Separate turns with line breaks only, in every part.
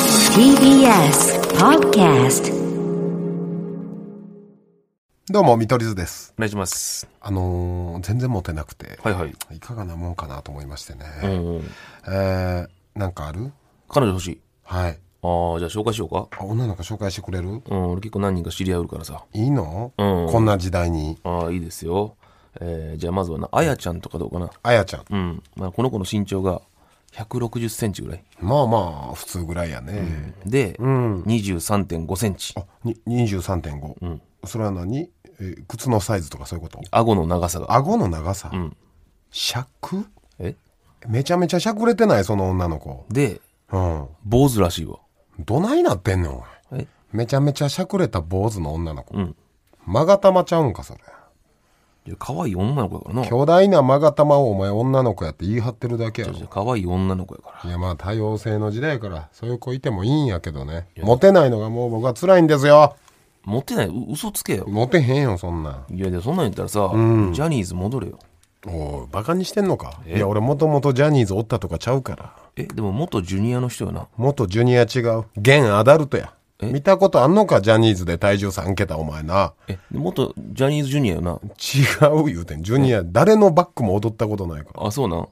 TBS Podcast
どうも見取り図です
お願いします。
あのー全然モテなくて、
はいはい。
い、かがなもんかなと思いましてね、
うんうん。
えー、なんかある
彼女欲しい。
はい
ああ、じゃあ紹介しようか。
あ女の子紹介してくれる
うん、俺結構何人か知り合いおるからさ。
いいの、
うん
こんな時代に
ああ、いいですよ。えー、じゃあまずはな、あやちゃんとかどうかな。
あやちゃん
うん。まあ、この子の身長が160センチぐらい。
まあまあ普通ぐらいやね
で、
うん、
23.5センチ。
あに23.5、
ん
それは何、えー靴のサイズとかそういうこと
顎の長さが。
顎の長さ、
ん
尺
え
めちゃめちゃしゃくれてないその女の子
で、
うん
坊主らしいわ。
どないなってんの
え
めちゃめちゃしゃくれた坊主の女の子、
うん。
マガタマちゃうんかそれ
いや、可愛い女の子やからな。
巨大なマガタマをお前女の子やって言い張ってるだけやろ
じゃあ可愛い女の子やから。
いやまあ多様性の時代やからそういう子いてもいいんやけどねモテないのがもう僕は辛いんですよ
持ってない。う嘘つけよ。
モテへんよそんなん
いやいや、そんなん言ったらさ、ジャニーズ戻れよ。
おいバカにしてんのかいや俺もともとジャニーズおったとかちゃうから
え、でも元ジュニアの人やな。
元ジュニア違う現アダルトや
え
見たことあんのかジャニーズで体重3桁お前な
え、元ジャニーズジュニアよな。
違う言うてんジュニア誰のバックも踊ったことないから
あ、そうなん。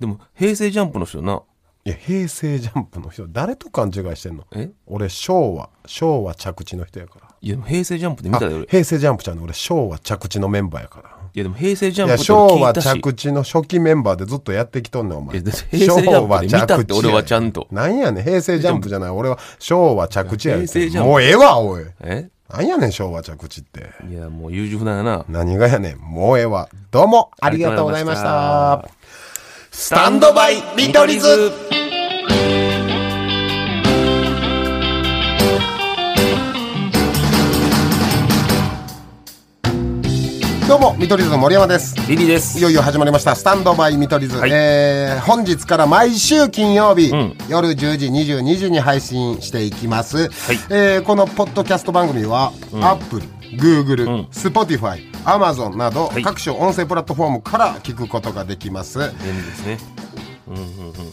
でも、平成ジャンプの人よな。
いや平成ジャンプの人誰と勘違いしてんの
え
俺昭和昭和着地の人やから
いや、でも平成ジャンプで見
あ
たで俺。い
平成ジャンプちゃんの俺昭和着地のメンバーやから
や、でも平成ジャ
い
ンプ
や
って俺
昭
聞
和
いたし。
着地の初期メンバーでずっとやってきとんねんお前
いやだって平成ジャンプで見たって俺はちゃんと
昭和着地やねなんやねん平成ジャンプじゃない俺は昭和着地や言うて
平成ジャンプ
もうええわおい
え
なんやねん昭和着地って
いや、もう優柔不断やな。
何がやねんもうええわどうもありがとうございました
ありがとうございま
スタンドバイ見取り図どうも見取り図の森山です
リリーです。
いよいよ始まりました「スタンドバイ見取り図」
はい
えー本日から毎週金曜日、
ん
夜10時22時に配信していきます、えーこのポッドキャスト番組は、Apple、Google、
ん
Spotify、Amazon など、
はい
各種音声プラットフォームから聞くことができます、
便利ですね。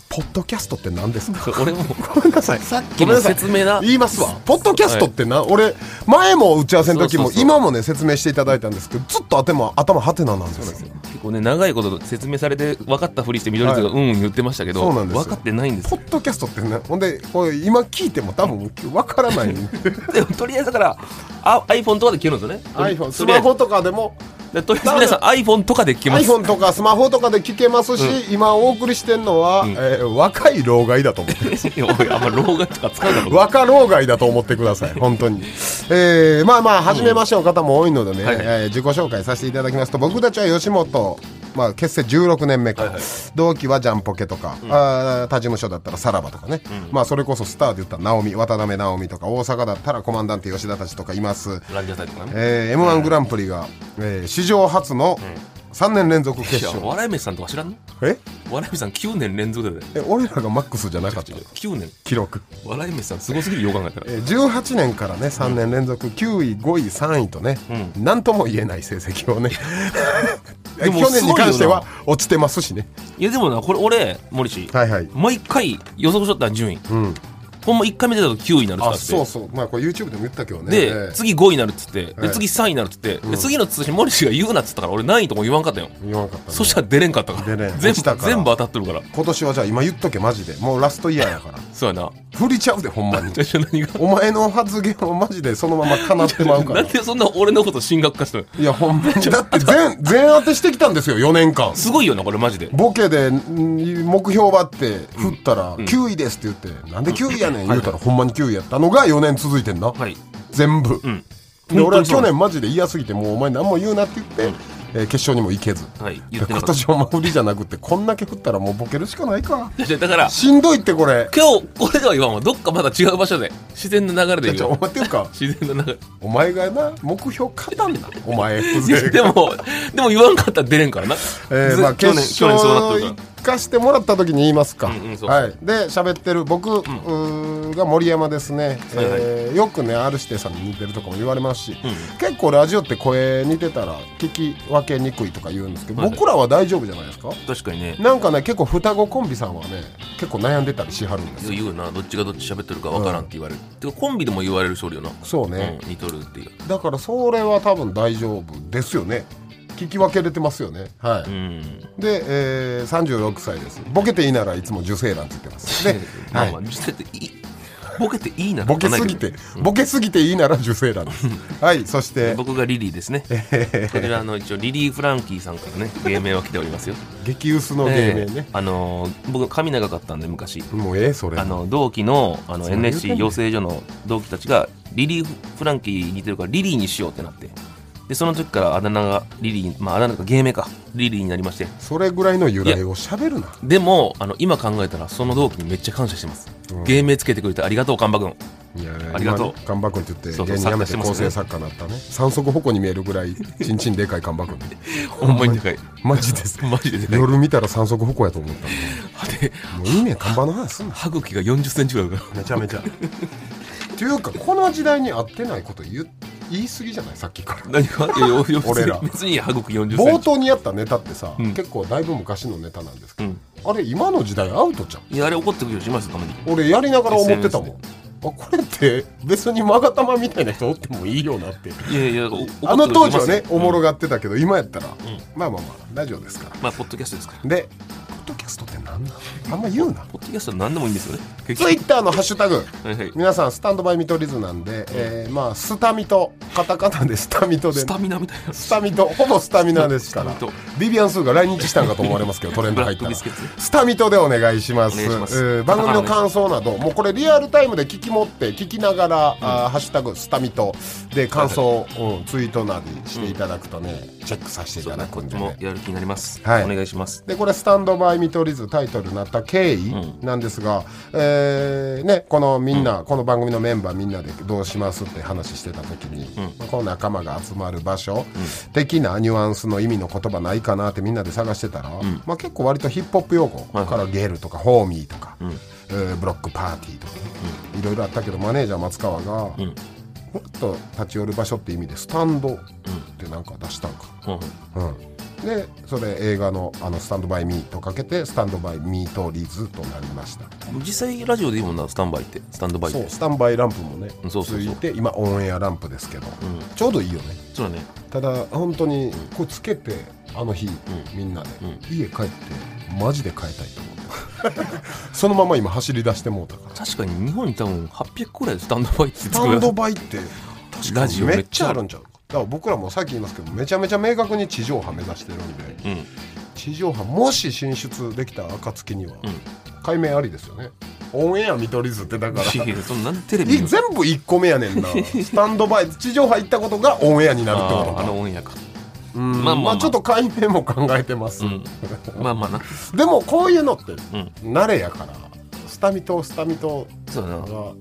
ポッドキャストって何ですか
そう俺も、
ごめんなさいさっ
きの説明だ
言いますわポッドキャストってな、俺前も打ち合わせの時も
そうそうそう
今もね説明していただいたんですけどずっと頭頭ハテナなんですよ
結構ね、長いこと説明されて分かったふりして緑図がうんうん言ってましたけど、
そうなんですよ
分かってないんです
ポ
よ。
ッドキャストってね、ほんで、これ今聞いても多分わから ない。
でもとりあえずだから、あ iPhone とかで聞けるんですよね。
iPhone、ス
とりあ
マ
えず
ホとかでも、
でとりあえず皆さん iPhone とかで聞けます。
iPhone とかスマホとかで聞けますし、今お送りしてんのは、えー若い老害だと思って。
いやおいあんま老眼とか使うだろ。
若老害だと思ってください、本当に。えー、まあまあ、初めましての方も多いのでね、
はいはい
えー自己紹介させていただきますと、僕たちは吉本、まあ、結成16年目から、同期はジャンポケとか、あー他事務所だったらさらばとかね、まあ、それこそスターで言ったら直美、渡辺直美とか、大阪だったらコマンダンテ吉田たちとかいます。
ランジャタイとかね。
えー、m 1グランプリが、えー史上初の3年連続
い
決
や、
勝
笑い飯さんとか知らんの
え
笑い飯さん9年連続だよね。
え俺らがマックスじゃなかった
9年。
記録、
笑い飯さんすごすぎるよう考えたら。
えー、18年からね3年連続9位5位3位とね、なんとも言えない成績 をねえ
でも
去年に関しては
す
落ちてますしね
いやでもな、これ俺、森氏、
はいはい
毎回予測しとったら順位。
うん
ほんま1回目出たと9位になる人だ
あ
って。
そうそうまあこれ YouTube でも言ったけどね
で、
えー
次5位になるっつって、
は
で
い
次3位になるっつって、で次の通信、森氏が言うなっつったから、俺何位とも言わんかったよ。
言わんかったね
そしたら出れんかったから。
出れん落
全部
ちたから
全部当たってるから。
今年はじゃあ今言っとけマジでもうラストイヤーやから
そうやな。
振りちゃうでほ んまに
じゃあじゃあ何が。
お前の発言をマジでそのまま叶ってまうか
な
ら
んでそんな俺のこと進学化したの
いや、ほんまに。だって全、全当てしてきたんですよ、4年間。
すごいよな、これマジで。
ボケで、ん目標ばって振ったら、9位ですって言って、なんで9位やねん言うたら、ほんまに9位やったのが4年続いてんな。
はい。
全部。
ん
で、俺は
本当にそ
去
う
年マジで嫌すぎて、もうお前何も言うなって言って、えー決勝にも行けず。
はい。言
で
ってな
今
かっ
年はま振りじゃなくて、こんだけ振ったらもうボケるしかないか。
た。じゃあだから、
しんどいってこれ。
今日これでは言わんわどっかまだ違う場所で自然の流れで
ち
言
ょ、
う
お前っていうか、
自然の流
お前がな、目標勝たんな。お前、
れでもでも言わんかったら出れんからな、
えー
ず
まあ、
去
決
年去
勝
年そうなって
行
る
っ
か
かしてもらった時に言いますか、
うんうんそう
はい、で喋ってる僕、うーが森山ですね、
はいはい
えーよくね R− 指定さんに似てるとかも言われますし、結構ラジオって声似てたら聞き分けにくいとか言うんですけど、
はい
僕らは大丈夫じゃないですか
確かにね
なんかね結構双子コンビさんはね結構悩んでたりしはるんですよ
言うよなどっちがどっち喋ってるかわからんって言われる、てかコンビでも言われる人おるよな、
そうね、
うん、似とるっていう
だからそれは多分大丈夫ですよね聞き分けれてますよねはい、
うん、
で、えー、36歳ですボケていいならいつも受精卵って言ってますで
まあまあ、実際っていいボケていいな
ボケすぎて、ボケすぎていいなら受精卵です。はい、そして、
僕がリリーで すねこれはあの一応リリー・フランキーさんからね芸名は来ておりますよ
激薄の芸名ね
え。えあのー僕髪長かったんで昔
もうええ、それ。
あの同期のあの
そういうことね
NSC 養成所の同期たちがリリー・フランキー似てるからリリーにしようってなってでその時からあだ名がリリー、まあ、あだ名が芸名かリリーになりまして
それぐらいの由来を喋るな。
でもあの今考えたらその同期にめっちゃ感謝してます、
うん
芸名つけてくれてありがとう神馬君
いや
ありがとう
看板君って言っ
そ
て芸
うそう
人辞め
参加してますね
構成作家になったね三足歩行に見えるぐらいちんちんでかい看板君
ほんまにでかい
マジです
マジででかい
夜見たら三足歩行やと思った
で
もういいね看板の話すんな
歯茎が4 0センチぐらいあるから
めちゃめちゃっていうかこの時代に合ってないこと言う言い過ぎじゃないさっきから
何がいやいや別に
俺ら
別に歯茎4 0セ
冒
ンチ
頭にやったネタってさ、
うん
結構だいぶ昔のネタなんですけ
うん
ど、あれ今の時代アウトじゃん
いやあれ怒ってくるよしますたまに
俺やりながら思ってたもん
SNS
あこれって別にまがたまみたいな人おってもいいよなって
いやいやお怒ってくる
あの当時はね
いますよ
おもろがってたけど、今やったら、
ん
まあまあまあラジオですから
まあポッドキャストですから
でポッドキャストって何なんあんま言うな
ポッドキャストは何でもいいんですよね結
ツイ
局
ッターのハッシュタグ
はいはい
皆さんスタンドバイ見取り図なんで、えーまあスタミトカタカナでスタミトで
スタミナみたいな
スタミトほぼスタミナですから
スタミト
ビビアンスーが来日したんかと思われますけどトレンド入った
ブラックビ
ら
スケッツね
スタミトでお願いします
お願いします
えー番組の感想などもうこれリアルタイムで聞き持って聞きながら「あーハッシュタグスタミト」で感想、うんツイートなりしていただくとね、チェックさせてい
そう
た
ね
だ
こ
く
っ
ん
ち
で
も
ね
やる気になります、
はい
お願いします
でこれ「スタンドバイ見取り図」タイトルになった経緯なんですが、えーね、このみんな、この番組のメンバーみんなでどうしますって話してた時に、まあこの仲間が集まる場所的なニュアンスの意味の言葉ないかなってみんなで探してたら、まあ、結構割とヒップホップ用語
はいはい
からゲルとかホーミーとか、えーブロックパーティーとかね、いろいろあったけどマネージャー松川が、
ん
ふっと立ち寄る場所って意味でスタンドってなんか出したんか。
うんうん
うん、でそれ映画の「あのスタンドバイ・ミー」とかけて「スタンドバイ・ミート・リーズ」となりました
実際ラジオでいいもんなスタンバイってスタンドバイっ
そう
てそ
スタンバイランプもね
そうそうそう
ついて今オンエアランプですけど、ちょうどいいよね
うだね
ただ本当にこれつけてあの日、みんなで、家帰ってマジで変えたいと思った そのまま今走り出してもうたから
確かに日本に多分800くらいスタンドバイって
ス
つ
タンド
く
バイって確
ラジオ
め
め
っ
っち
ち
ゃ
ゃ
あ
あ
る
るんちゃうだから僕らもさっき言いますけどめちゃめちゃ明確に地上波目指してるんで、
うん
地上波もし進出できた暁には、
ん
解明ありですよねオンエア見取り図ってだ から
い
い
やそんなんテレビ
全部1個目やねんなスタンドバイ地上波行ったことがオンエアになるってこ
あ
と
ーあ
か
のオンエアか
うんま
まあ
あ、
まあまあ
ちょっと解明も考えてます、
うんまあまあな
でもこういうのって
うん
慣れやからスタミトスタミト
そうだな
が、うん、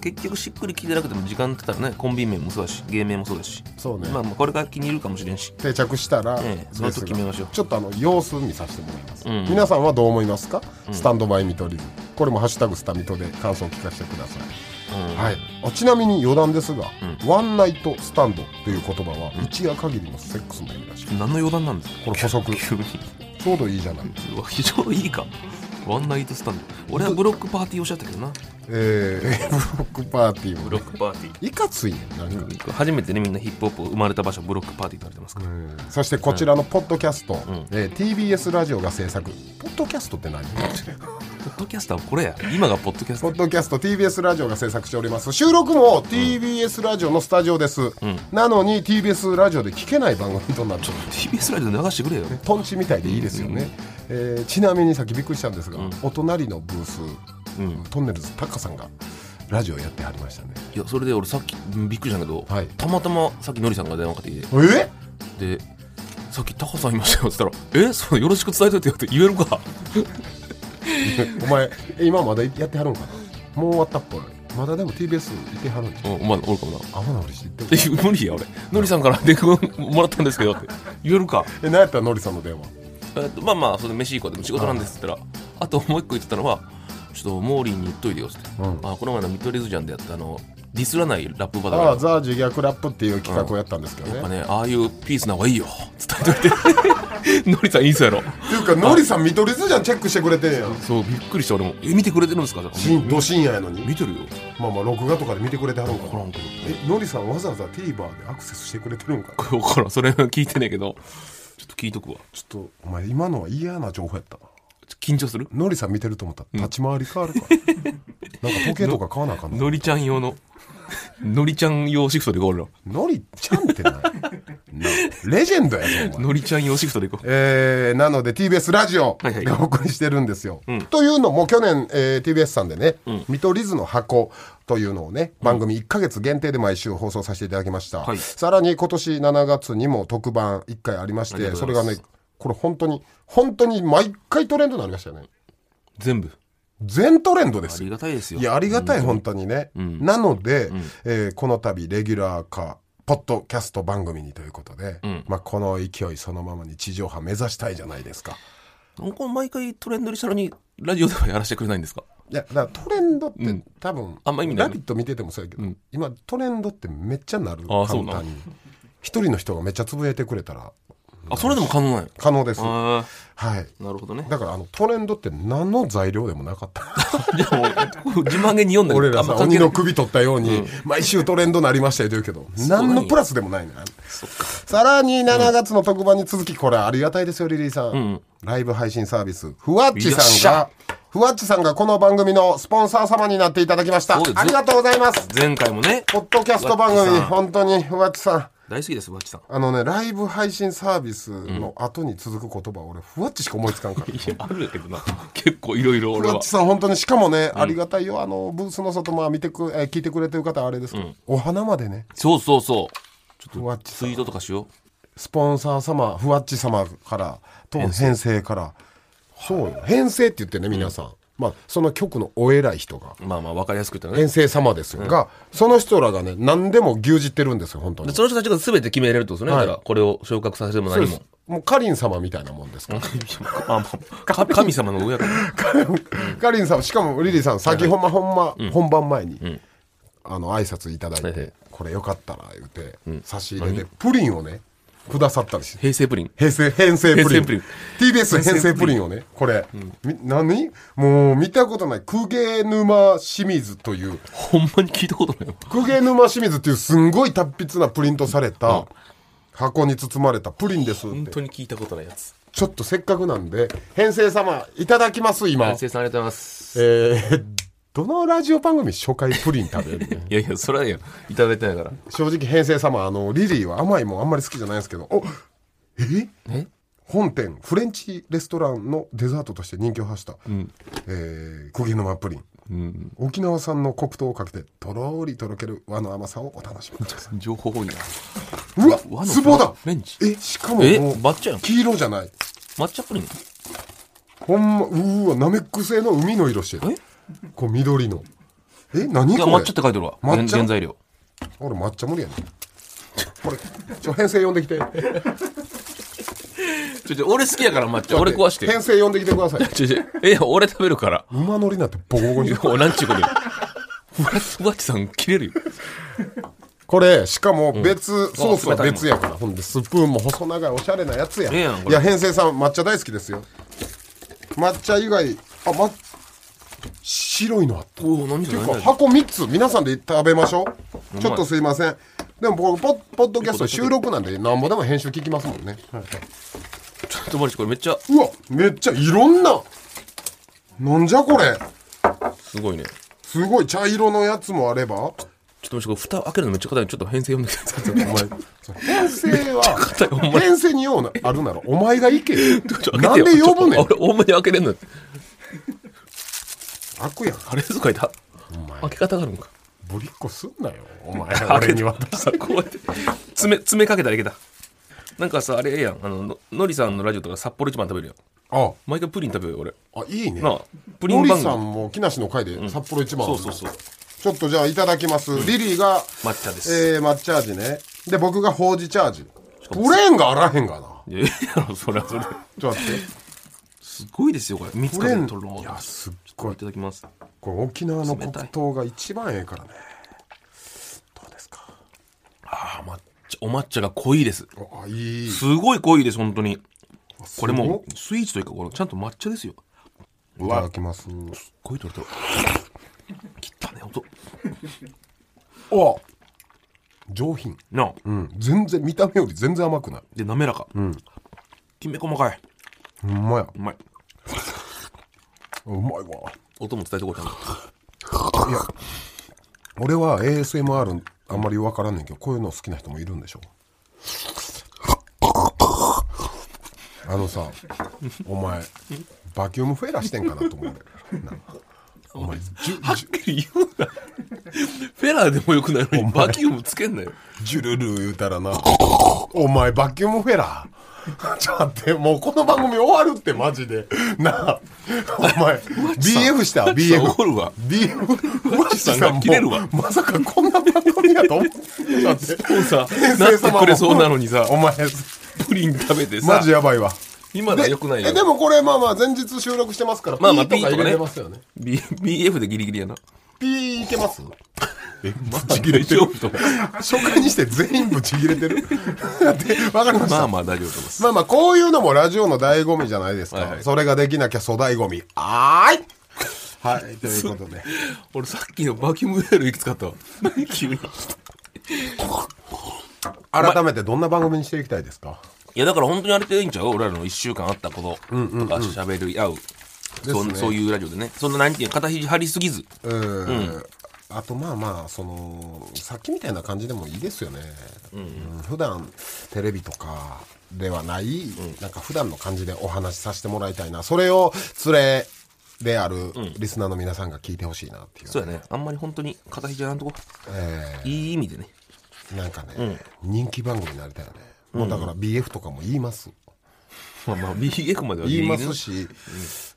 結局しっくり聞いてなくても時間経ったらねコンビ名もそうだし芸名もそうだし、
そうね、
まあまあこれから気に入るかもしれんし
定着したら、
ええその時
ですが
決めましょう
ちょっとあの様子見させてもらいます、
うん
皆さんはどう思いますか、スタンドバイ見取り図これも「ハッシュタグスタミト」で感想を聞かせてください、
うん
はい、あちなみに余談ですが、
う
ワンナイトスタンドという言葉は一夜限りのセックスの意味らしい
何の余談なんですか
これ補足
急に
ちょうどいいじゃない、
うわ非常にいいかワンナイトスタンド俺はブロックパーティーをしちゃったけどな
えー、ブロックパーティーも
ブ
ね
ロックパーティ
いかついねなんか、
ー初めてねみんなヒップホップ生まれた場所ブロックパーティーと言われてますから、
うんそしてこちらのポッドキャスト、
ん
えー TBS ラジオが制作ポッドキャストって何
ポッドキャスターはこれや今がポッドキャスタ
ポ
ー
ッドキャスト TBS ラジオが制作しております収録も TBS ラジオのスタジオです、なのに TBS ラジオで聞けない番組となっております
TBS ラジオで流してくれよ
トンチみたいでいいですよね、えーちなみにさっきびっくりしたんですが、お隣のブース、トンネルズタカさんがラジオやってはりましたね
いやそれで俺さっきうんびっくりしたんだけど、
はい
たまたまさっきのりさんが電話かけてきて
え
でさっきタカさんいましたよって言ったら「えそうよろしく伝えといてよ」って言えるか
お前今まだやってはるんかなもう終わったっぽいまだでも TBS いてはるんじゃん
うんまあおるかもな
アホなふりして言って
え
る
無理や俺のりさんから電話もらったんですけどって言えるか
え何やったらノリさんの電話
えっとまあまあそれで飯行こうでも仕事なんですって言ったらあともう一個言ってたのはちょっとモーリーに言っといてよっつって、あこの前の見取り図じゃんでやったあのディスらないラップバトル
ああ
や
ザ自虐ラップっていう企画をやったんですけどね、
っぱねああいうピースな方がいいよ伝えとい てのりさんいいそうやろ
っていうかノリさん見取り図じゃんチェックしてくれてんやん
そうびっくりした俺もえ見てくれてるんですか
深ど深夜やのに
見てるよ
まあまあ録画とかで見てくれてはるんか
分から
なん
けど
えノリさんわざわざ TVer でアクセスしてくれてるんかな
分からんそれは聞いてねえけどちょっと聞いとくわ
ちょっとお前今のは嫌な情報やったな
ちょ緊張する
ノリさん見てると思ったら立ち回り変わる から、なんか時計とか買わなあかんの
のりちゃん用 ののりちゃん用シフトでいこう俺ら
ノリちゃんってななレジェンドやぞお前
のりちゃん用シフトでいこう
えーなので TBS ラジオ
はいはい
でお送りしてるんですよ。というのも去年、えー TBS さんでね、見取り図の箱というのをね、番組1ヶ月限定で毎週放送させていただきました。
はい
さらに今年7月にも特番1回ありまし
ありが
て、
と
そうれ
ござ
が
います
ね、これ本当に、本当に毎回トレンドになりましたよね。
全部
全トレンドで
あ
すよ
りがたいですよ
いや、ありがたい、本当にね。なので、えーこの度、レギュラー化、ポッドキャスト番組にということで、まあ、この勢いそのままに地上波目指したいじゃないですか。
なんか毎回トレンドにしたのにラジオではやらせてくれないんですか
いや、だからトレンドって、
うん
多分、
あんま意味ない
ラビット見ててもそうやけど、
うん
今、トレンドってめっちゃなる。簡
あそうな
単に。一人の人がめっちゃつぶやいてくれたら、
あそれでも可能なんや
可能です。は
あ
い。
あなるほどね
だから、あの、トレンドって何の材料でもなかった。
じゃあもう自慢げに読んだ
俺
け
ら
どあんま
さ、
関係
鬼
ない
の首取ったように、毎週トレンドなりましたよと言うけど、
う
何のプラスでもないね。
そっか
さらに7月の特番に続き、これありがたいですよ、リリーさん。ライブ配信サービス、ふわっち
よっし
さん
ゃ
が、ふわっちさんがこの番組のスポンサー様になっていただきました
そうで。す
ありがとうございます。
前回もね
ポッドキャスト番
ふわっち
組、
さん
本当に、ふわっちさん。
大好きですわっちさん
あのね、ライブ配信サービスの後に続く言葉、俺、ふわっちしか思いつかんから。
いやあるやけどな結構いろいろ
ふ
俺
わっ
は
ちさん、本当に、しかもね、ありがたいよ。あの、ブースの外、まあ、見てく、えー聞いてくれてる方はあれですけど、お花までね、
そうそうそうちょっ
ふわっち
と
さ
ツ
ん
イートとかしよ
スポンサー様ふわっち様からと編成からそうよ編成って言ってね皆さん、まあ、その局のお偉い人が
うまあまあわかりやすく言ったらね
編成様ですよ、がその人らがね何でも牛耳ってるんですよ本当
で
に
その人たちが全て決めれるってことですね、
はい
だからこれを昇格させても
そう
何
です
も
もうかりん様みたいなもんですから
まあまあか神様の上やから
かりん様しかもリリーさん先ほんまほんま、本番前に、あの挨拶いただいて、
はいはい
これよかったら言って、差し入れでプリンをねくださったりして
平成プリン
平成、編成プリン。
編成プリン
TBS 編成プリンをね、これ。み何もう見たことない。クゲ沼清水という、
ほんまに聞いたことないわ
クゲ沼清水っていうすんごい達筆なプリントされた、箱に包まれたプリンですっ
本
て。
当に聞いたことないやつ
ちょっとせっかくなんで、編成様、いただきます、今
平。成さんありがとうございます
えー、どのラジオ番組初回プリン食べる
いやいやそれはやいただいてないから
正直編成様、あの、リリーは甘いもんあんまり好きじゃないんですけど、おえ
え
本店フレンチレストランのデザートとして人気を発した、えー、釘沼プリン、沖縄産の黒糖をかけてとろーりとろける和の甘さをお楽しみくださ
情報多いない
うわ
和の
ツボだ
フレンチ
えしかも
え
もう
抹茶やん
黄色じゃない
抹茶プリン
ほんまうーわナメック製の海の色してる
え
こう緑のえ何
いや
こ
抹
れ
茶って書いてるわ
抹
原
茶
原材料
俺抹茶無理やねこれちょ編成呼んでき て
ちょちょ俺好きやから抹茶俺壊して
編成呼んできてください
ちょちょえいや俺食べるから
馬乗りなんてボコボコに
おなんちゅうことよふわふわっちさん切れるよ
これしかも別、ソースは
冷たいもん
別やからほんでスプーンも細長いおしゃれなやつや
ええやんこれ
いや編成さん抹茶大好きですよ抹茶以外あま白いのあったっ
おお何
て
じ
いう
ゃ何
か
々
箱3つ皆さんで食べましょう
まい
ちょっとすいませんでも僕ポッポッドキャスト収録なんでなんぼでも編集聞きますもんね、
ちょっとマリちこれめっちゃ
うわめっちゃいろんななんじゃこれ
すごいね
すごい茶色のやつもあれば
ちょっともしこれ蓋開けるのめっちゃ硬いちょっと編成読んでください。お前、
編成
硬いお
は
前
編成に用なあるならお前が行けよ
ちょっと
な
開
ん
けて
で
よ
呼ぶね
ちょ
ん
っと俺、大目に開けれんの。
開くやん
あれ使いだ。開け方があるのか。
ぶりっこすんなよお 前俺には
さ、こうやって、詰め、詰めかけたらいけた。なんかさ、あれええやん。あの、ののりさんのラジオとか札幌一番食べるやん。
あ
毎回プリン食べるよ、俺。
あいいね
なあプリン
のり
番組
さんも木梨の会で札幌一番、
そうそうそう。
ちょっとじゃあいただきます、リリーが
抹茶です
えー抹茶味ねで僕がほうじ茶味プレーンがあらへんがな
いやいやそれはそれ
ちょっと待って
すごいですよこれ三つ
こ
か
れ
けとろ
いやすっ
こ
ご
れ
い
いただきます
これ沖縄の黒糖が一番ええからねどうですか
ああ抹茶お抹茶が濃いです
おあいい
すごい濃いです本当に
あす
こ
ご
れ
い
もうスイーツというかこれちゃんと抹茶ですよ
いただきます
濃いとろとろ切ったね音
お上品
なあ
うん全然見た目より全然甘くない
で滑らかきめ細かい
ほんまや
うまいう
まいわ
音も伝えてこいちゃんと
いや俺は ASMR あんまり分からんねんけどこういうの好きな人もいるんでしょあのさお前バキュームフェラしてんかなと思う俺なんかお前ジュジュ
言うなフェラーでもよくないのにバキュームつけんなよ
ジュルル言うたらなお前バキュームフェラちょっと待ってもうこの番組終わるってマジでなあお前 BF した
マッチさん
BF
怒るわ
BF マッチ
マッチさんが切れるわ
もまさかこんな番組やと思ってちょっと待って
もうさ
先
な
生
って
様も
くれそうなのにさ
お前、
プリン食べて
マ
さ
ジやばいわ。
今のはよくないよ
え、でもこれ、まあまあ、前日収録してますから、
まあまあ
ピーとか入
P とかね
れれますよね。
B- BF でギリギリやな
ピーいけます え、マジ切れ
大
て
丈
る
夫。 と思う
初回にして全員ぶち切れてる。 でわかりました。まあ
まあ
まあ
まあ大丈夫と思います
こういうのもラジオの醍醐味じゃないですか。
はいはい
それができなきゃ粗大ゴミ。はーい。はい、ということで。
俺さっきのバキュームフェルいくつかあったわ 急にい
改めてどんな番組にしていきたいですか
やだから本当にあれっていいんちゃう俺らの1週間あったこととかしゃべり合う、そん
ですね
そういうラジオでねそんな何ていうの肩肘張りすぎず
うんあとまあまあそのさっきみたいな感じでもいいですよね、うん普段テレビとかではない、なんか普段の感じでお話しさせてもらいたいなそれを連れであるリスナーの皆さんが聞いてほしいなっていう、
そうやねあんまり本当に肩肘張らんとこ
え
いい意味でね
ーなんかね、人気番組になりたいよね、もうだから BF とかも言います
まあまあ BF まではギリ
言い
ギリ
ま
ね
す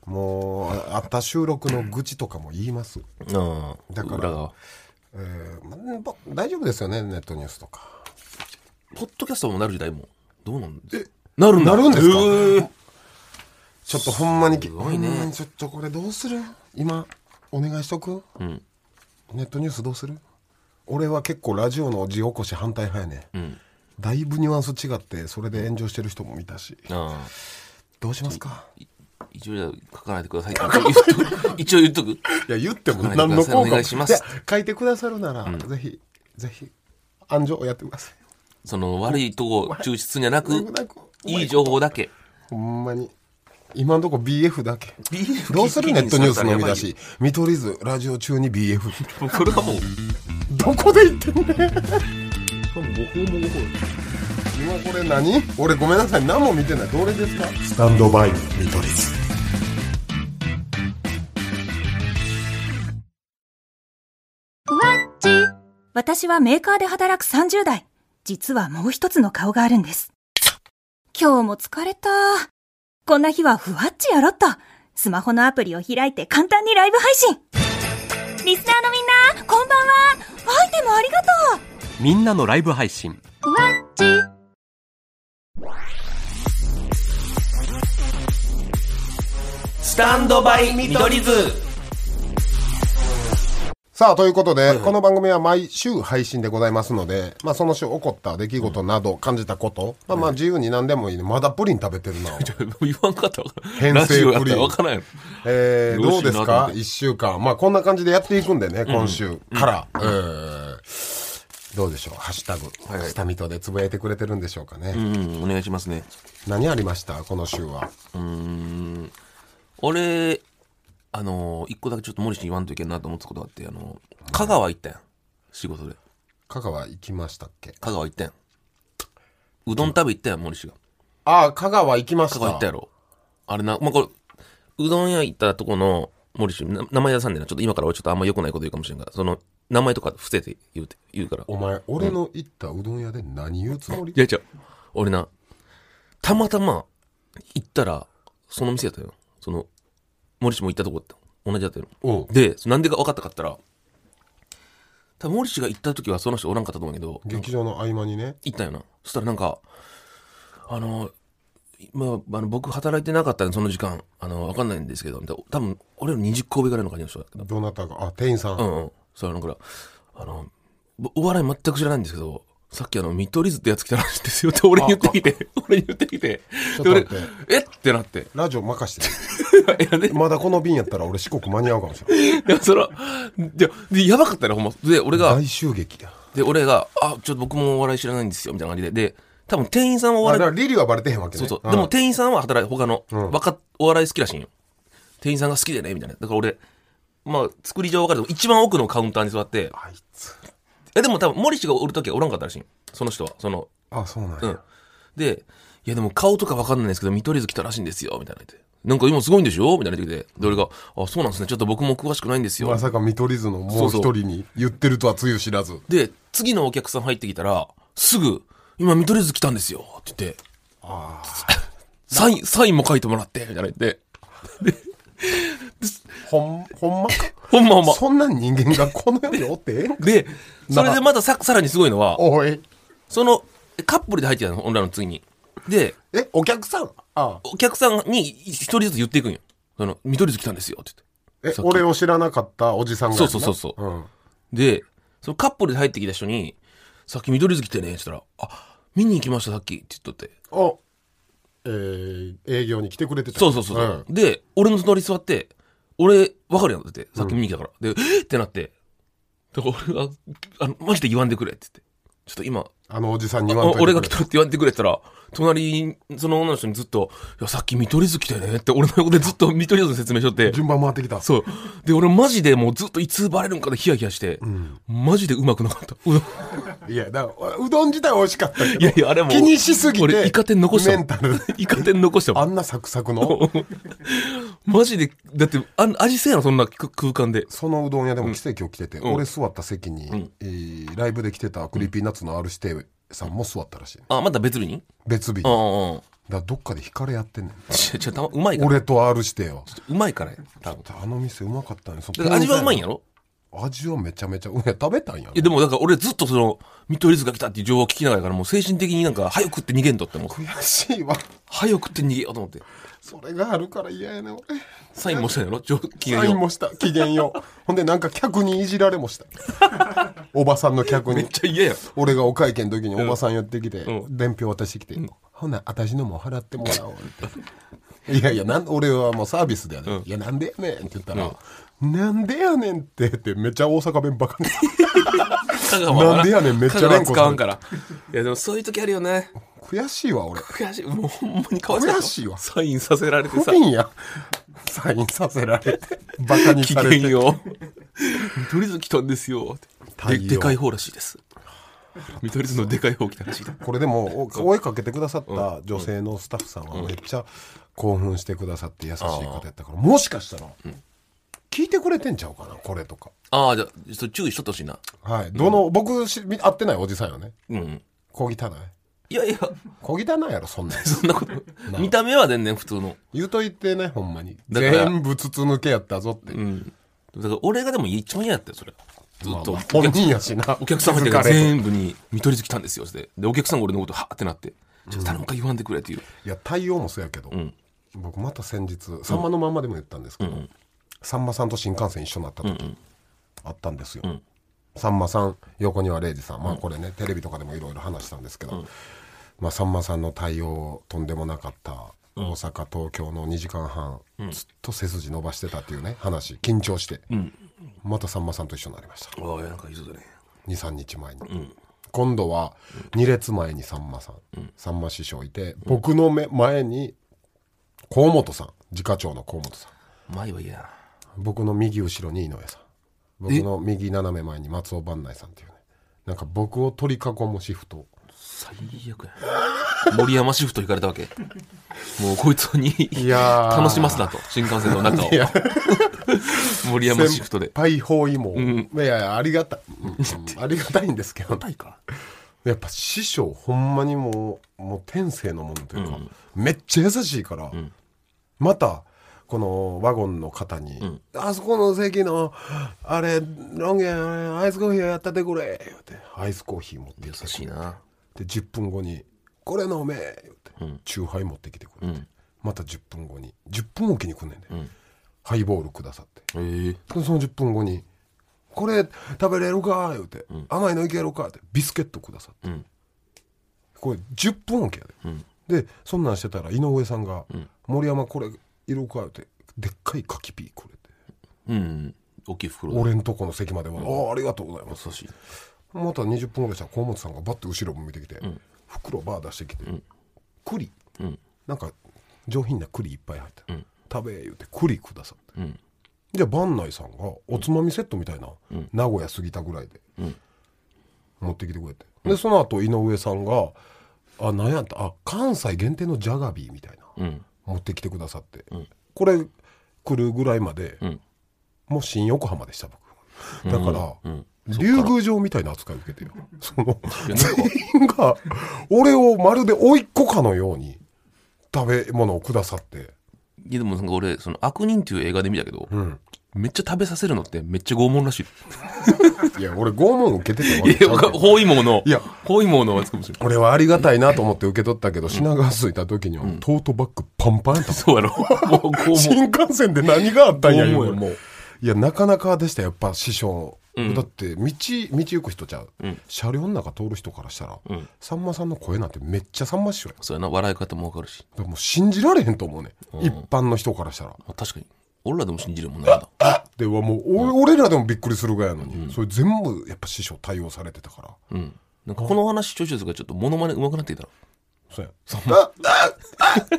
し、もうああった収録の愚痴とかも言います、
うん
だから
裏側
えーま大丈夫ですよねネットニュースとか
ポッドキャストもなる時代もどうなんですなるんだ
なるんですか
へー
ちょっとほんまにき、
ごいね
ほんまにちょっとこれどうする今、お願いしとく、
ん
ネットニュースどうする俺は結構ラジオの字起こし反対派やね、だいぶニュアンス違って、それで炎上してる人も見たし。
ああ
どうしますか
一応じゃあ書かないでくださいって言っとく一応言っとく
いや、言っても
書かない
何の
でくだ
効
さい
果も
お願いします
や、書いてくださるなら、ぜひ、ぜひ、暗示をやってください。
その悪いとこを抽出すんじ ゃなく
なんか
いい情報だけ
ほんまに。今のとこ BF だけ。
BF
どうする
聞き
ネ
に
ットニュースの見
やば
出
い
し。見取り図、ラジオ中に BF。
もうこれはもう
どこで言ってんの
多分誤報も誤報
今これ何俺ごめんなさい何も見てないどれですかスタンドバイ見取り図
私はメーカーで働く30代。実はもう一つの顔があるんです。今日も疲れた。こんな日はふわっちやろっと。スマホのアプリを開いて簡単にライブ配信。リスナーのみんな、こんばんは。アイテムありがとう。
みんなのライブ配信
スタンドバイ見取り図
さあということで、この番組は毎週配信でございますので、まあ、その週起こった出来事など感じたこと、まあ、まあ自由に何でもいいねまだプリン食べてるな、
言わんかったわ
編
ラジ
成
オやっ
プ
た
リ
ら
ン
分からんやろ
えー、
よろ
ど
し
う
いな
です
と思っ
か
て
1週間まあこんな感じでやっていくんでね、今週から、えーどうでしょう「ハッシュタグ、下見と」でつぶやいてくれてるんでしょうかね、
うんお願いしますね
何ありましたこの週は
俺あのー一個だけちょっと森氏に言わんといけんなと思ったことがあってあのー香川行ったやん仕事で
香川行きましたっけ
香川行ったやんうどん食べ行ったやん森氏が
ああ香川行きまし
香
た
川行ったやろあれなまあこれうどん屋行ったとこの森氏な名前出さんでなちょっと今から俺ちょっとあんま良くないこと言うかもしれんがその名前とか伏せて言うて言うから
お前、俺の行ったうどん屋で何言うつもり
いや、違う。俺な、たまたま行ったら、その店やったよ。その、森氏も行ったとこだった。同じだったよ。
おう
で、なんでか分かったかったら、多分森氏が行った時はその人おらんかったと思うけど、
劇場の合間にね。
行ったよな。そしたらなんか、あの、今、あの、僕働いてなかったんで、その時間、あの、わかんないんですけど、みたいな多分、俺の20個上ぐらいの感じの人だけど。
どなたがあ店員さん、
うんうん。それなんか、あの、ぼお笑い全く知らないんですけど、さっきあの、見取り図ってやつ来たらしいんですよって俺に言ってきて、俺に言ってきて、
ちょっ
で
と待っ
俺
て、
えってなって。
ラジオ任して
いやね
るまだこの便やったら俺四国間に合うかもしれない
でもその、で、でやばかったね、ほんま。で、俺が、
大襲撃だ
で、俺が、あ、ちょっと僕もお笑い知らないんですよ、みたいな感じで。で、多分店員さんはお
あだ
笑い
からリリーはバレてへんわけ
そ
ね
うそう。
ん
でも店員さんは働いて、他の、
うん
わか、お笑い好きらしいんよ。店員さんが好きでね、みたいな。だから俺、まあ、作り上分かると一番奥のカウンターに座って、
あいつ
え、でも多分、森氏がおるときはおらんかったらしいんよその人は、その、
あそうなんや、
うん。で、いやでも顔とかわかんないんですけど、見取り図来たらしいんですよ、みたいな言って。なんか今すごいんでしょみたいな言ってきて。で、俺が、あ、そうなんですね。ちょっと僕も詳しくないんですよ
ま。さか見取り図のもう一人に言ってるとはつゆ知らず
で、次のお客さん入ってきたら、すぐ、今見取り図来たんですよ、って言って。サイン、サインも書いてもらって、みたいな言って。
ほんほんまか
ほんまほんま。
そんな人間がこの世におってええん か
で、それでまたさ、さらにすごいのは、
おい
その、カップルで入ってたの、女の次に。で、
えお客さんああ
お客さんに一人ずつ言っていくんよ。その、見取り図来たんですよ、って
え
さっき
俺を知らなかったおじさんがやな
そうそうそうそう
うん、
言って。で、そのカップルで入ってきた人に、さっき見取り図来てね、って言ったら、あ、見に行きました、さっき、って言っとって。
おえー、営業に来てくれてた
そうそうそうそう。で、俺の隣座って、俺、わかるやん、だって、さっき見に来たから。で、えっってなって、だから俺が、あの、マジで言わんでくれって言って。ちょっと今、
あのおじさんに言わん
あ
といてくれ
俺が来たって言われてくれたら、隣、その女の人にずっと、いや、さっき見取り図来たよねって、俺の横でずっと見取り図の説明しとって、
順番回ってきた
そう。で、俺マジでもうずっといつバレるんかでヒヤヒヤして、マジでうまくなかった。 うどん
いやだからうどん自体美味しかったけど
いやいや、あれもう。
気にしすぎて
俺、イカ天残したもん
メンタル
イカ天残したもん
あんなサクサクの
マジで、だって、あん味せえな、そんなく空間で。
そのうどん屋でも奇跡起きてて、俺座った席に、えーライブで来てたクリーピーナッツの R 指定さんも座ったらしい、
あ、また別日に
別日、だ
う
か
んうんうん。
らどっかで惹かれやってんねん
ちょ、ちょ、たま、うまいから。
俺と R 指定は
うまいからや、多分。
あの店うまかったねそ
だから味はうまいんやろ
味はめちゃめちゃうまい食べたんやろ
いや、でも、だから俺ずっとその、見取り図が来たっていう情報を聞きながらやから、もう精神的になんか、早く食って逃げんとって、もう、
悔しいわ
早く食って逃げようと思って。
それがあるから嫌やね俺
サインもしたんやろ上機嫌
サイン
よ。
もした 機嫌よほんでなんか客にいじられ もしたおばさんの客に
めっちゃ嫌やん。
俺がお会計の時におばさんやってきて、
う
伝票渡してきて、ほな私のも払ってもらおうっていやいやなん俺はもうサービスだよね、いやなんでやねんって言ったら、なんでやねんってってめっちゃ大阪弁バ カに
香川は
なんでやねんめっちゃ
香
連
川
呼する
使わんから。いや、でもそういう時あるよね。
悔しいわ俺
悔しい。もうほんまにかわいそう。
悔しいわ
サインさせられて
不
さ。
憫やサインさせられてバカに
機
され
嫌
て
よ。見取り図来たんですよ。
太
で
陽
でかい方らしいです。見取り図のでかい方来たらしい。
これでも お声かけてくださった女性のスタッフさんはめっちゃ興奮してくださって優しい方やったからもしかしたら聞いてくれてんちゃうかなこれとか
ああ、じゃあ、ちょっと注意しとってほしいな。
はい。どの、僕し、み会ってないおじさんよね。
うん。
小汚い。
いやいや、
小汚いやろ、そんなん。
そんなこと。見た目は全然普通の。
言うといてね、ほんまに。
だから
全部筒抜けやったぞって。
うん。だから俺がでも一番嫌やったよ、それ。ずっと。
まあ本人やしな。
お客さん入って
気
か
づ
ら
かれと
全部に見取り図来たんですよ、って。で、お客さんが俺のことはーってなって。ちょっと頼むから言わんでくれっていう。
いや、対応もそうやけど、僕また先日、さんまのまんまでも言ったんですけど、さんまさんと新幹線一緒になった時、あったんですよ。さんまさん、横には礼二さん。まあこれね、テレビとかでもいろいろ話したんですけど、まあ、さんまさんの対応とんでもなかった大阪東京の2時間半、ずっと背筋伸ばしてたっていうね話緊張して、またさんまさんと一緒になりました
ああ、なんか言うとね。
23日前に、今度は2列前にさんまさん、さんま師匠いて僕の目前に河本さん自家長の河本さん
前は嫌やな。
僕の右後ろに井上さん僕の右斜め前に松尾伴内さんっていうねなんか僕を取り囲むシフト
最悪や。森山シフト行かれたわけ。もうこいつに
いやー
楽しますなと。新幹線の中を
いや。
森山シフトで
先。輩包囲網、いやいやありがたい、うんありがたいんですけど
いか。
やっぱ師匠ほんまにもうもう天性のものというか、めっちゃ優しいから、またこのワゴンの方に「あそこの席のあれロンゲンアイスコーヒーやったてくれ」ってアイスコーヒー持って
優しいな。
で10分後にこれ飲め」言って、チューハイ持ってきてくれて、また10分後に10分おきに来んねんで、ハイボールくださって
えー、
でその10分後に「これ食べれるか?」言うて、甘いのいけるか?」ってビスケットくださって、
ん
これ10分おきやで、でそんなんしてたら井上さんが「森山これいるか?」言うてでっかい柿ピーくれて
うん。大きい袋で。
俺んとこの席までは「ああありがとうございます
優しい。」
また20分ぐらいしたら河本さんがバッと後ろ向いてきて、袋バー出してきて、栗、なんか上品な栗いっぱい入って、食べ言うて栗くださって、
ん
じゃあ番内さんがおつまみセットみたいな、名古屋過ぎたぐらいで、持ってきてくれてでその後井上さんが「あなんやったあ関西限定のジャガビー」みたいな、持ってきてくださって、これ来るぐらいまで、もう新横浜でした僕だから、竜宮城みたいな扱いを受けてよその全員が俺をまるで甥いっ子かのように食べ物をくださって
いやでもなんか俺、その悪人っていう映画で見たけど、めっちゃ食べさせるのってめっちゃ拷問らしい。
いや俺拷問受けて
い
て
や、わか包囲網の、
いや
包囲網のやつかもしれない。
俺はありがたいなと思って受け取ったけど品川着いた時にはトートバッグパンパンやった
そ うやろ。もう拷
新
問。
幹線で何があったんや
思うよ
今
もう
いやなかなかでしたやっぱ師匠、だって道道行く人ちゃう、車両の中通る人からしたら、さんまさんの声なんてめっちゃさんま師匠や
そうやな、笑い方もわかるし。
だからもう信じられへんと思うね、一般の人からしたら
まあ確かに。俺らでも信じるもんなんだ。
ではもう、お俺らでもびっくりするぐらいやのに、それ全部やっぱ師匠対応されてたから、
うん。なんかこの話ちょいちょいするからちょっとモノマネ上手くなってきたな。
そうや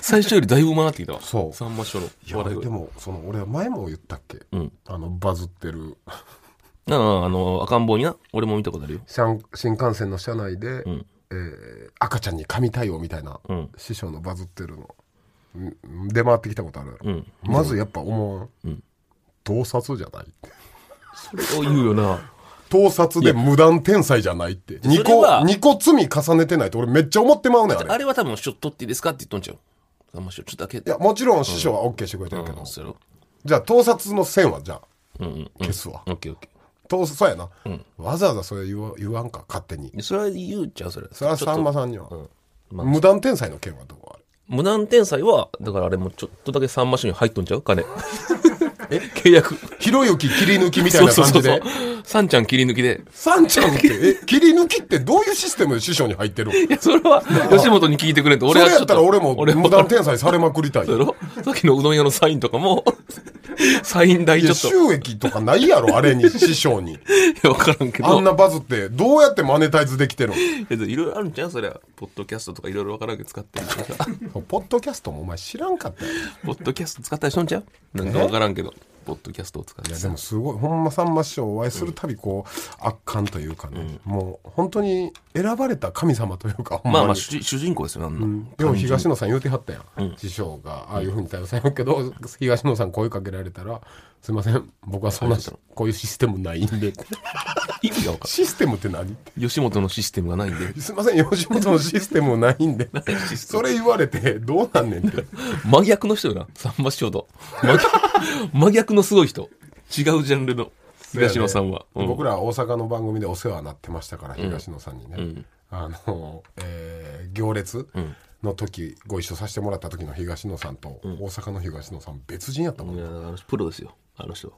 最初よりだいぶ上手くなってきたわ。
そう
さんま師匠
い
の
や
笑い
で
声。
もその俺は前も言ったっけ、
ん
あのバズってる
ああ、あの、赤ん坊にな。俺も見たことあるよ。
新新幹線の車内で、
ん
えー赤ちゃんに神対応みたいな、
うん
師匠のバズってるのん出回ってきたことあるやろ、
ん
まずやっぱ思わん、盗撮じゃない
それを言うよな。
盗撮で無断天才じゃないって
や
2
それは
個二個罪重ねてないって俺めっちゃ思ってまうねんあれ
あれは多分、ちょっと取っていいですかって言っとんちゃう。さんま師匠、ちょっとだけ。
いや、もちろん師匠は OK してくれてるけど、
うん、そうやろ。
じゃあ盗撮の線はじゃあ
うんうん。
消すわ、
オッケーオッケ
盗撮そうやな、わざわざそれ言わ言わんか勝手に
ーで。それは言うちゃう、それ。
それはさんまさんには、
ま
無断天才の件はどうあれ
無断天才は、だからあれもちょっとだけさんま師匠に入っとんちゃう 金。え契約。
ひろゆき切り抜きみ たいな感じで
う。さんちゃん切り抜きで。
さんちゃんってえ切り抜きってどういうシステムで師匠に入ってる
いや、それは、吉本に聞いてくれんと、
そ
俺
れ
はちょ
や
と
ったら俺も
俺も
無断天才されまくり たい
そうやろさっきのうどん屋のサインと かも、サイン代
い
ちょ
や
っと。
収
い
益とかないや ろあれに師匠に
や、わからんけ
あ
ど。
んなバズってどうやってマネタイズできてる
いやいろいろあるんちゃうそりゃ。ポッドキャストとかいろいろわからんけど使ったりとかさ。
のポッドキャストもお前知らんかったよ
ポッドキャスト使ったりしとんちゃうなんかわからんけど。ポッドキャストを使っ
い
て
や
さ
でもすごいほんまさんま師匠お会いするたびこう、圧巻というかね、もう本当に選ばれた神様というかほんま
まあ
に
まあ、主人主人公ですよ、あんな。
よう東野さん言うてはったやん、師匠がああいうふうに対応されるけど、東野さん声かけられたら「すいません僕はそんなこういうシステムないん で」
意味がわか
システムって何?」って
らん。吉本のシステムがないんで。
すいません吉本のシステムないんで」それ言われてどうなんねんって
真逆の人よな、さんま師匠と。真逆 真逆のすごい人。違うジャンルの東野さんは。うん
僕ら大阪の番組でお世話になってましたから、東野さんにね、あの、えー行列の時、ご一緒させてもらった時の東野さんと、大阪の東野さん別人やったもん、
いやあのプロですよ、あの人。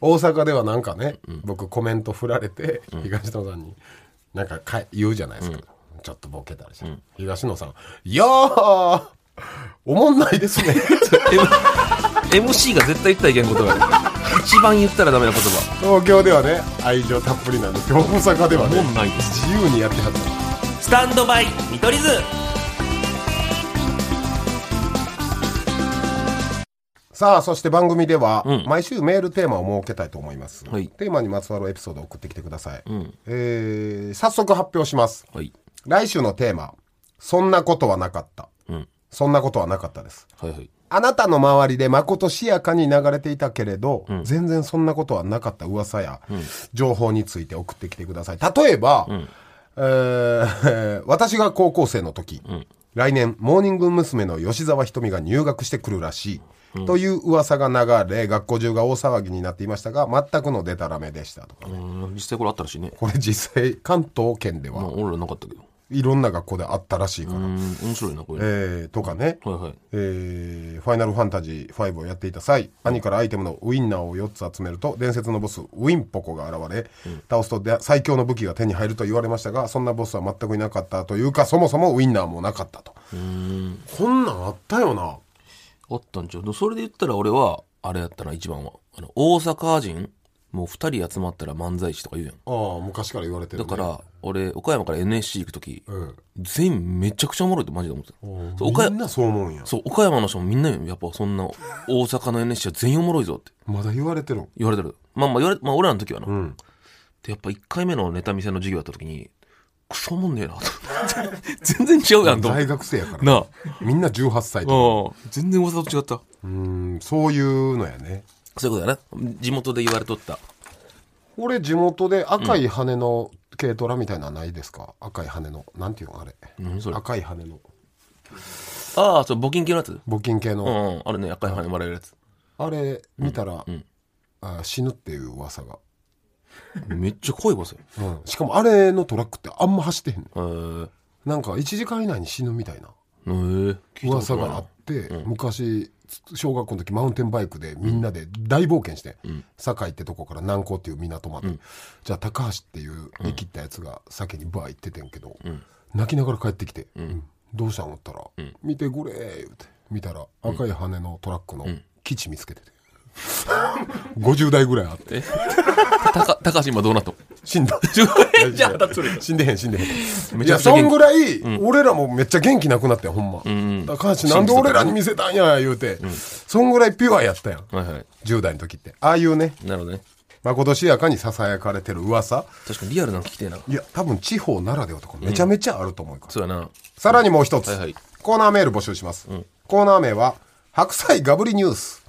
大阪ではなんかね、僕コメント振られて、東野さんになんかか言うじゃないですか、ちょっとボケたりして、東野さん「いやーおもんないです ね」
M- MC が絶対言ったらいけんことがある。一番言ったらダメな言葉。
東京ではね愛情たっぷりなんですけど大阪ではね
おもんないです
自由にやってはった
スタンドバイ、見取り図
さあそして番組では、
うん
毎週メールテーマを設けたいと思います、
はい
テーマにまつわるエピソードを送ってきてください、
ん
えー早速発表します
はい。
来週のテーマ「そんなことはなかった」
うん。
そんなことはなかったです
はいはい。
あなたの周りでまことしやかに流れていたけれど、全然そんなことはなかった噂や、情報について送ってきてください。例えば、えー 私が高校生の時、来年、モーニング娘。の吉沢ひとみが入学してくるらしい。という噂が流れ学校中が大騒ぎになっていましたが全くのデタラメでしたとかね
うん実際これあったらしいね。
これ実際関東圏で
まあ、
は
俺らなかったけど。
いろんな学校であったらしいか
う
ら、
ん、面白いな、これ。
えーとかね、
はいはい。
えーファイナルファンタジー5をやっていた際、兄からアイテムのウインナーを4つ集めると、伝説のボス、ウィンポコが現れ、倒すとで最強の武器が手に入ると言われましたが、そんなボスは全くいなかったというか、そもそもウインナーもなかったと。こんなんあったよな。
あったんちゃうでそれで言ったら俺は、あれやったな、一番は。あの、大阪人、もう二人集まったら漫才師とか言うやん。
ああ、昔から言われてる、
だ
ね。
から、俺、岡山から NSC 行くとき、
うん、
全員めちゃくちゃおもろいってマジで思ってた。そう岡
みん
山
なそう思うんや。
そう、岡山の人もみんな言うよやっぱそんな、大阪の NSC は全員おもろいぞって
まだ言われてる。
言われてる。まあまあ言われ、まあ俺らの時はな。
ん
で、やっぱ1回目のネタ見せの授業やった時に、クソおもんねえな と思って。全然違うやんと思っ
大
て。
学生やから。
なあ。
みんな18歳とか。
うん。全然噂と違った。
うん、そういうのやね。
そういうことやな。地元で言われとった。
俺地元で赤い羽の軽トラみたいなのないですか、赤い羽のなんていうのあれ
何それ
赤い羽の
ああ、そう、募金系のやつ。
募金系の、
うんうん、あれね、赤い羽に割れるやつ。
あれ見たら、あ死ぬっていう噂が、
めっちゃ濃いわ、それ。
うん、しかもあれのトラックってあんま走ってへんの
へー
なんか1時間以内に死ぬみたいな
へー聞いたこと
噂
ない
があって、昔小学校の時マウンテンバイクでみんなで大冒険して、堺ってとこから南港っていう港まで、じゃあ高橋っていう生きったやつが先にバー行っててんけど、泣きながら帰ってきて「うんどうしたん?」ったら、見てくれ」言うて見たら赤い羽のトラックの基地見つけてて、50台ぐらいあって
えたか、高橋今どうなっとん
死んだ
じゃあ当たっとる
死んでへん死んでへん
め
い
ちゃ
や
くちゃ
そ
元気
んぐらい、俺らもめっちゃ元気なくなってんほんま、高橋なんで俺らに見せたんや言うて、そんぐらいピュアやったやん、
はいはい。
10代の時ってああいうね
なるほどね。
まことしやかにささやかれてる噂
確かにリアルなの聞きてえな。
いや多分地方ならではとかめちゃめちゃあると思うから、
そうやな。
さらにもう一つ、
はいはい
コーナーメール募集します、コーナー名は白菜ガブリニュース、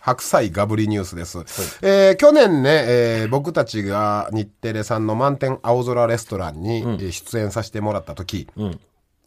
白菜ガブリニュースです、えー去年ね、えー僕たちが日テレさんの満天青空レストランにえー出演させてもらった時、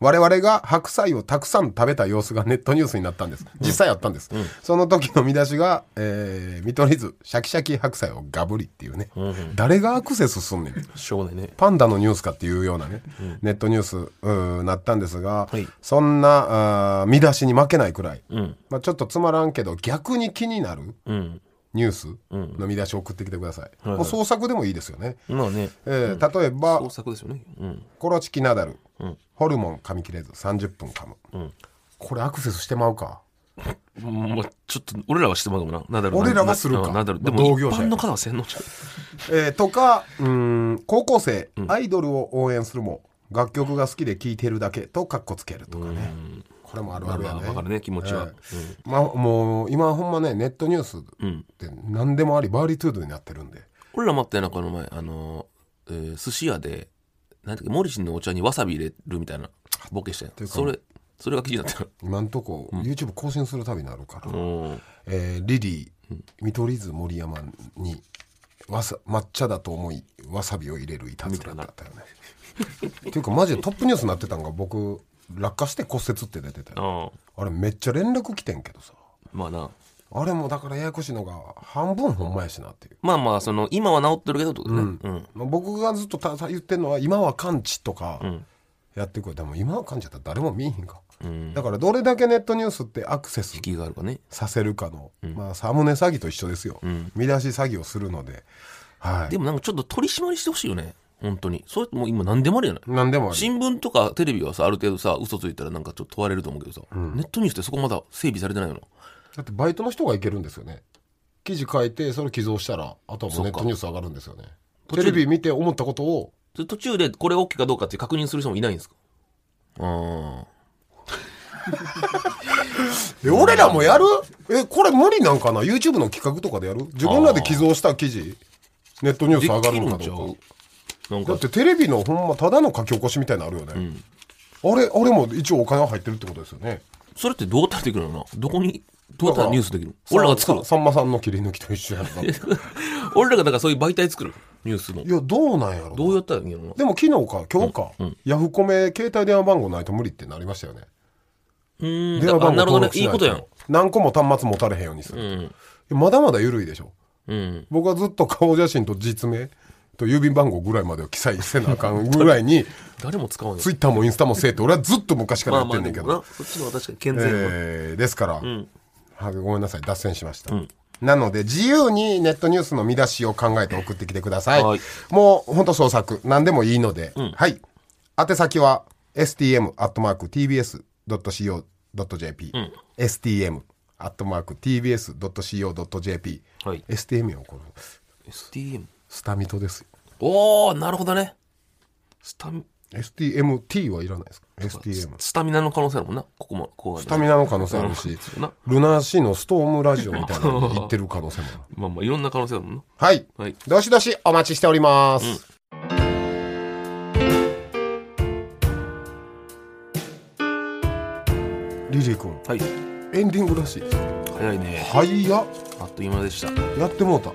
我々が白菜をたくさん食べた様子がネットニュースになったんです。実際あったんです。その時の見出しが、えー、見取り図、シャキシャキ白菜をガブリっていうね。誰がアクセスすんねん。
しょうがないね。
パンダのニュースかっていうようなね、ネットニュースうーなったんですが、
はい
そんなあー見出しに負けないくらい、
ん
まあ、ちょっとつまらんけど逆に気になる
うん。
ニュースの見出しを送ってきてください、
はい
もう創作でもいいですよね、
まあね、
えー例えば
創作ですよね。うん。
「コロチキナダル」ホルモン噛み切れず30分噛む」これアクセスしてまうか
まあ、ちょっと、俺らはしてもらうかもな。ナダル
俺らはするか
うんナダル。でも、
まあ
一
同業者や
般の方は洗脳ちゃう。
えーとかうーん高校生、アイドルを応援するも楽曲が好きで聴いてるだけとカッコつけるとかねこれもあるあるや
まあ
ね
わかるね気持ちは
まあもう今ほんまねネットニュースって何でもありバーリトゥードになってるんで
俺らもあったよな、この前。あの、えー寿司屋で、なんていうか、モリシンのお茶にわさび入れるみたいな、ボケしたやん。それ、それが記事にな ったよ。
今んとこ YouTube 更新するたびになるから、
うん。
えーリリー見取り図森山にわさ抹茶だと思いわさびを入れるいたずらだった よねっていうかマジでトップニュースになってたんが僕落下して骨折って出てたよ
ああ。
あれめっちゃ連絡来てんけどさ
まあな。
あれもだからややこしいのが半分ほんまやしなっていう、
まあまあ、その、今は治ってるけどってことね。うん。
まあ僕がずっとたた言ってるのは今は完治とかやってくるでも今は完治だったら誰も見えへんか、だからどれだけネットニュースってアクセス
引きがあるかね。
させるかの、まあサムネ詐欺と一緒ですよ、見出し詐欺をするのではい
でもなんかちょっと取り締まりしてほしいよね。本当に。それってもう今何でもあるやない。
何でもあり
新聞とかテレビはさ、ある程度さ、嘘ついたらなんかちょっと問われると思うけどさ、ネットニュースってそこまだ整備されてないよな。
だってバイトの人がいけるんですよね記事書いてそれ寄贈したらあとはもうネットニュース上がるんですよねテレビ見て思ったことを
それ途中でこれ OK かどうかって確認する人もいないんですかあ
え俺らもやるえこれ無理なんかな YouTube の企画とかでやる自分らで寄贈した記事ネットニュ
あ。
ース
で
上が
き
るの
る
か
ん
ど
ちゃ
うか
うなん
だ
か
っ、てテレビのほんまただの書き起こしみたいなのあるよね、あれあれも一応お金は入ってるってことですよね
それってどうやったらできるのかなどこに、どうやったらニュースできるの俺らが作る
さ。さんまさんの切り抜きと一緒やろい
俺らがだからそういう媒体作る。ニュースの。
やどうなんやろ
どうやったらいいのかな
でも昨日か今日か、ヤフコメ携帯電話番号ないと無理ってなりましたよね
うん。
電話
あ
番号
なるほ
登録。し
どねいい
ない
ことやん。
何個も端末持たれへんようにす
う
る、
ん。
まだまだ緩いでしょ
うん。
僕はずっと顔写真と実名と郵便番号ぐらいまでを記載せなあかんぐらい に
誰も使わない。
ツイッターもインスタもせえって俺はずっと昔から
ま
や
あ
っ
ま
て
あ
んねんけ
でも
ど、
な。そっちの私が健全やわ
えーですから、
ん
はごめんなさい脱線しました、なので自由にネットニュースの見出しを考えて送ってきてください、
はい
もうほんと創作何でもいいので、はい宛先は stm.tbs.co.jp、stm.tbs.co.jp、
はい。
STM よこれ
STM。
スタミトですよ
おー、なるほどね。スタミ、
STMT はいらないですか STM
スタミナの可能性あるもんな。ここも、ここが、ね。
スタミナの可能性あるし
な
ルナーシーのストームラジオみたいなのに行ってる可能性もある
まあまあ、いろんな可能性あるもんな。
はい、
はい
どしどしお待ちしております、リリー君
はい。
エンディングらしいです
早いね。
はいや
あっという間でした。
やってもうた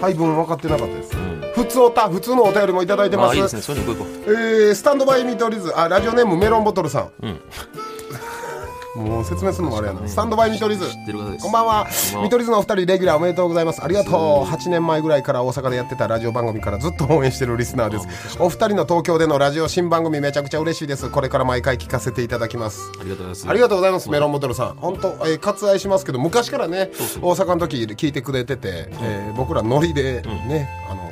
配分分かってなかったです、
ん
普通おた普通のお便りもいただいて
ま
ま
あ
す
いいですね。そういうの行こう行こ
えー、スタンドバイ見取り図あラジオネームメロンボトルさん、もう説明するのもあれやな、スタンドバイ見取り図
う。知ってる方です。
こんばんは
んばんは
見取り図のお二人レギュラーおめでとうございますありがとう8年前ぐらいから大阪でやってたラジオ番組からずっと応援してるリスナーですお二人の東京でのラジオ新番組めちゃくちゃ嬉しいですこれから毎回聞かせていただきます
ありがとうございます。
ありがとうござい
ま
ますメロンボトルさん本当、えー割愛しますけど昔からね大阪の時聞いてくれてて、えー僕らノリでね、あの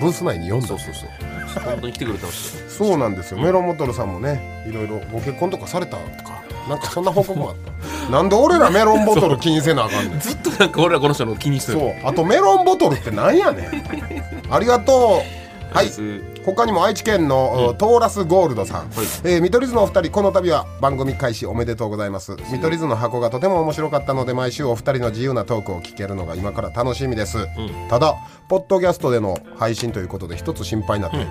ブース内に読んだそうそうそう
す。本当に来てくれてました。
そうなんですよ、メロンボトルさんもねいろいろご結婚とかされたとかなんかそんな報告もあった なんで俺らメロンボトル気にせなあかんねん
ずっとなんか俺らこの人の気にしてる。
そうあとメロンボトルってなんやねんありがとうはい他にも愛知県の、トーラスゴールドさん、えー見取り図のお二人この度は番組開始おめでとうございます見取り図の箱がとても面白かったので毎週お二人の自由なトークを聞けるのが今から楽しみです、ただポッドキャストでの配信ということで一つ心配な点、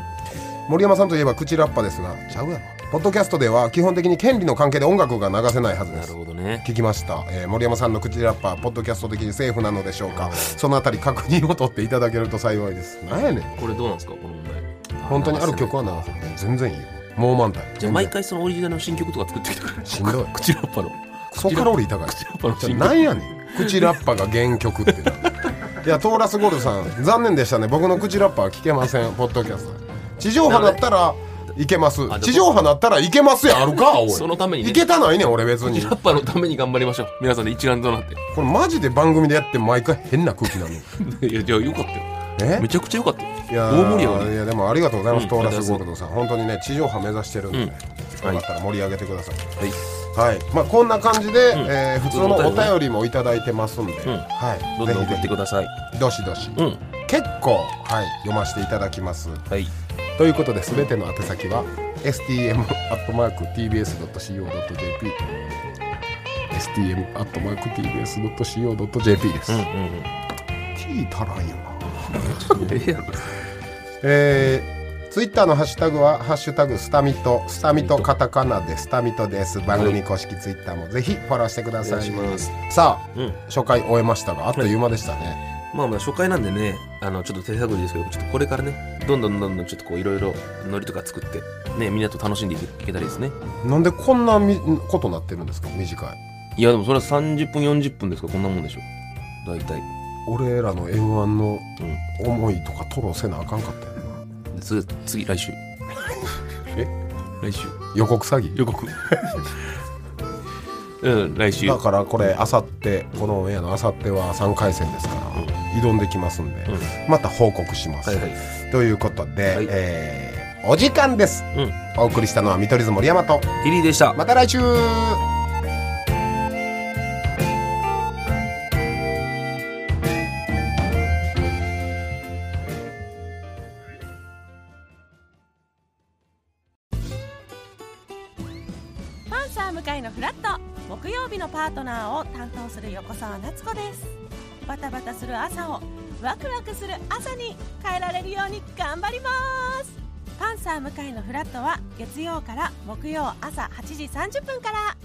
森山さんといえば口ラッパですがちゃうやろポッドキャストでは基本的に権利の関係で音楽が流せないはずで
な
す
るほどね。
聞きました、えー森山さんの口ラッパーポッドキャスト的にセーフなのでしょうかそのあたり確認を取っていただけると幸いですなんやねん
これどうなんですかこの問題。
本当にある曲は流せない全然いいよもう満タン
じゃあ毎回そのオリジナルの新曲とか作ってきてくれる
しんどい
口ラッパの。
クソカロリー高い
口ラッパの新曲。
なんやねん口ラッパが原曲ってないやトーラスゴールドさん残念でしたね僕の口ラッパは聞けませんポッドキャスト地上波だったらいけます
あ
地上波だったらいけますやあるかおい
そのためにね
いけたないねん俺別に
口ラッパのために頑張りましょう。皆さんで一丸となっ
これマジで番組でやって毎回変な空気なの
て。いや、じゃあよかった
え
よ。めちゃくちゃよかったよ。
いや
大盛り上が
い
り。
やでもありがとうございます、
うん
トーラスゴールドさん本当にね地上波目指してるんでね、
はい
よかったら盛り上げてください
はい。
はい、まあこんな感じで、えー普通の
普通のお
お
便りね
便りもいただいてますんで、
ん
はい
どんどん送って
ぜ
ください。
ひどしどし、
うん。
結構はい読ませていただきます
はい。
ということで全ての宛先は stm.tbs.co.jp stm.tbs.co.jp です、
うんうんうん。
T 足らんよな
ええやろ。
えー、ツイッターのハッシュタグは「ハッシュタグスタミト」スタミトカタカナでスタミトです番組公式ツイッターもぜひフォローしてください
お願いします
さあ、
うん
初回終えましたがあっという間でしたね、
まあまあ初回なんでね、あの、ちょっと手探りですけど、ちょっとこれからね、どんどんどんどんちょっとこういろいろノリとか作って、ね、みんなと楽しんでいけたらいいですね。
なんでこんなみことなってるんですか短い
いやでもそれは30分40分ですからこんなもんでしょ大体
俺らの m 1の
うん
思いとかトロせなあかんかったよな
でつ次来週
え
来週
予告詐欺
予 告うん来週
だからこれあさってこのオンエアのあさっては3回戦ですから、挑んできますんで、
ん
また報告します、
はいはい
ということで、
はい
えーお時間です
うん
お送りしたのは見取り図森山と
リリーでした
また来週
パンサー向かいのフラット木曜日のパートナーを担当する横澤夏子ですバタバタする朝をワクワクする朝に変えられるように頑張りますパンサー向かいのフラットは月曜から木曜朝8時30分から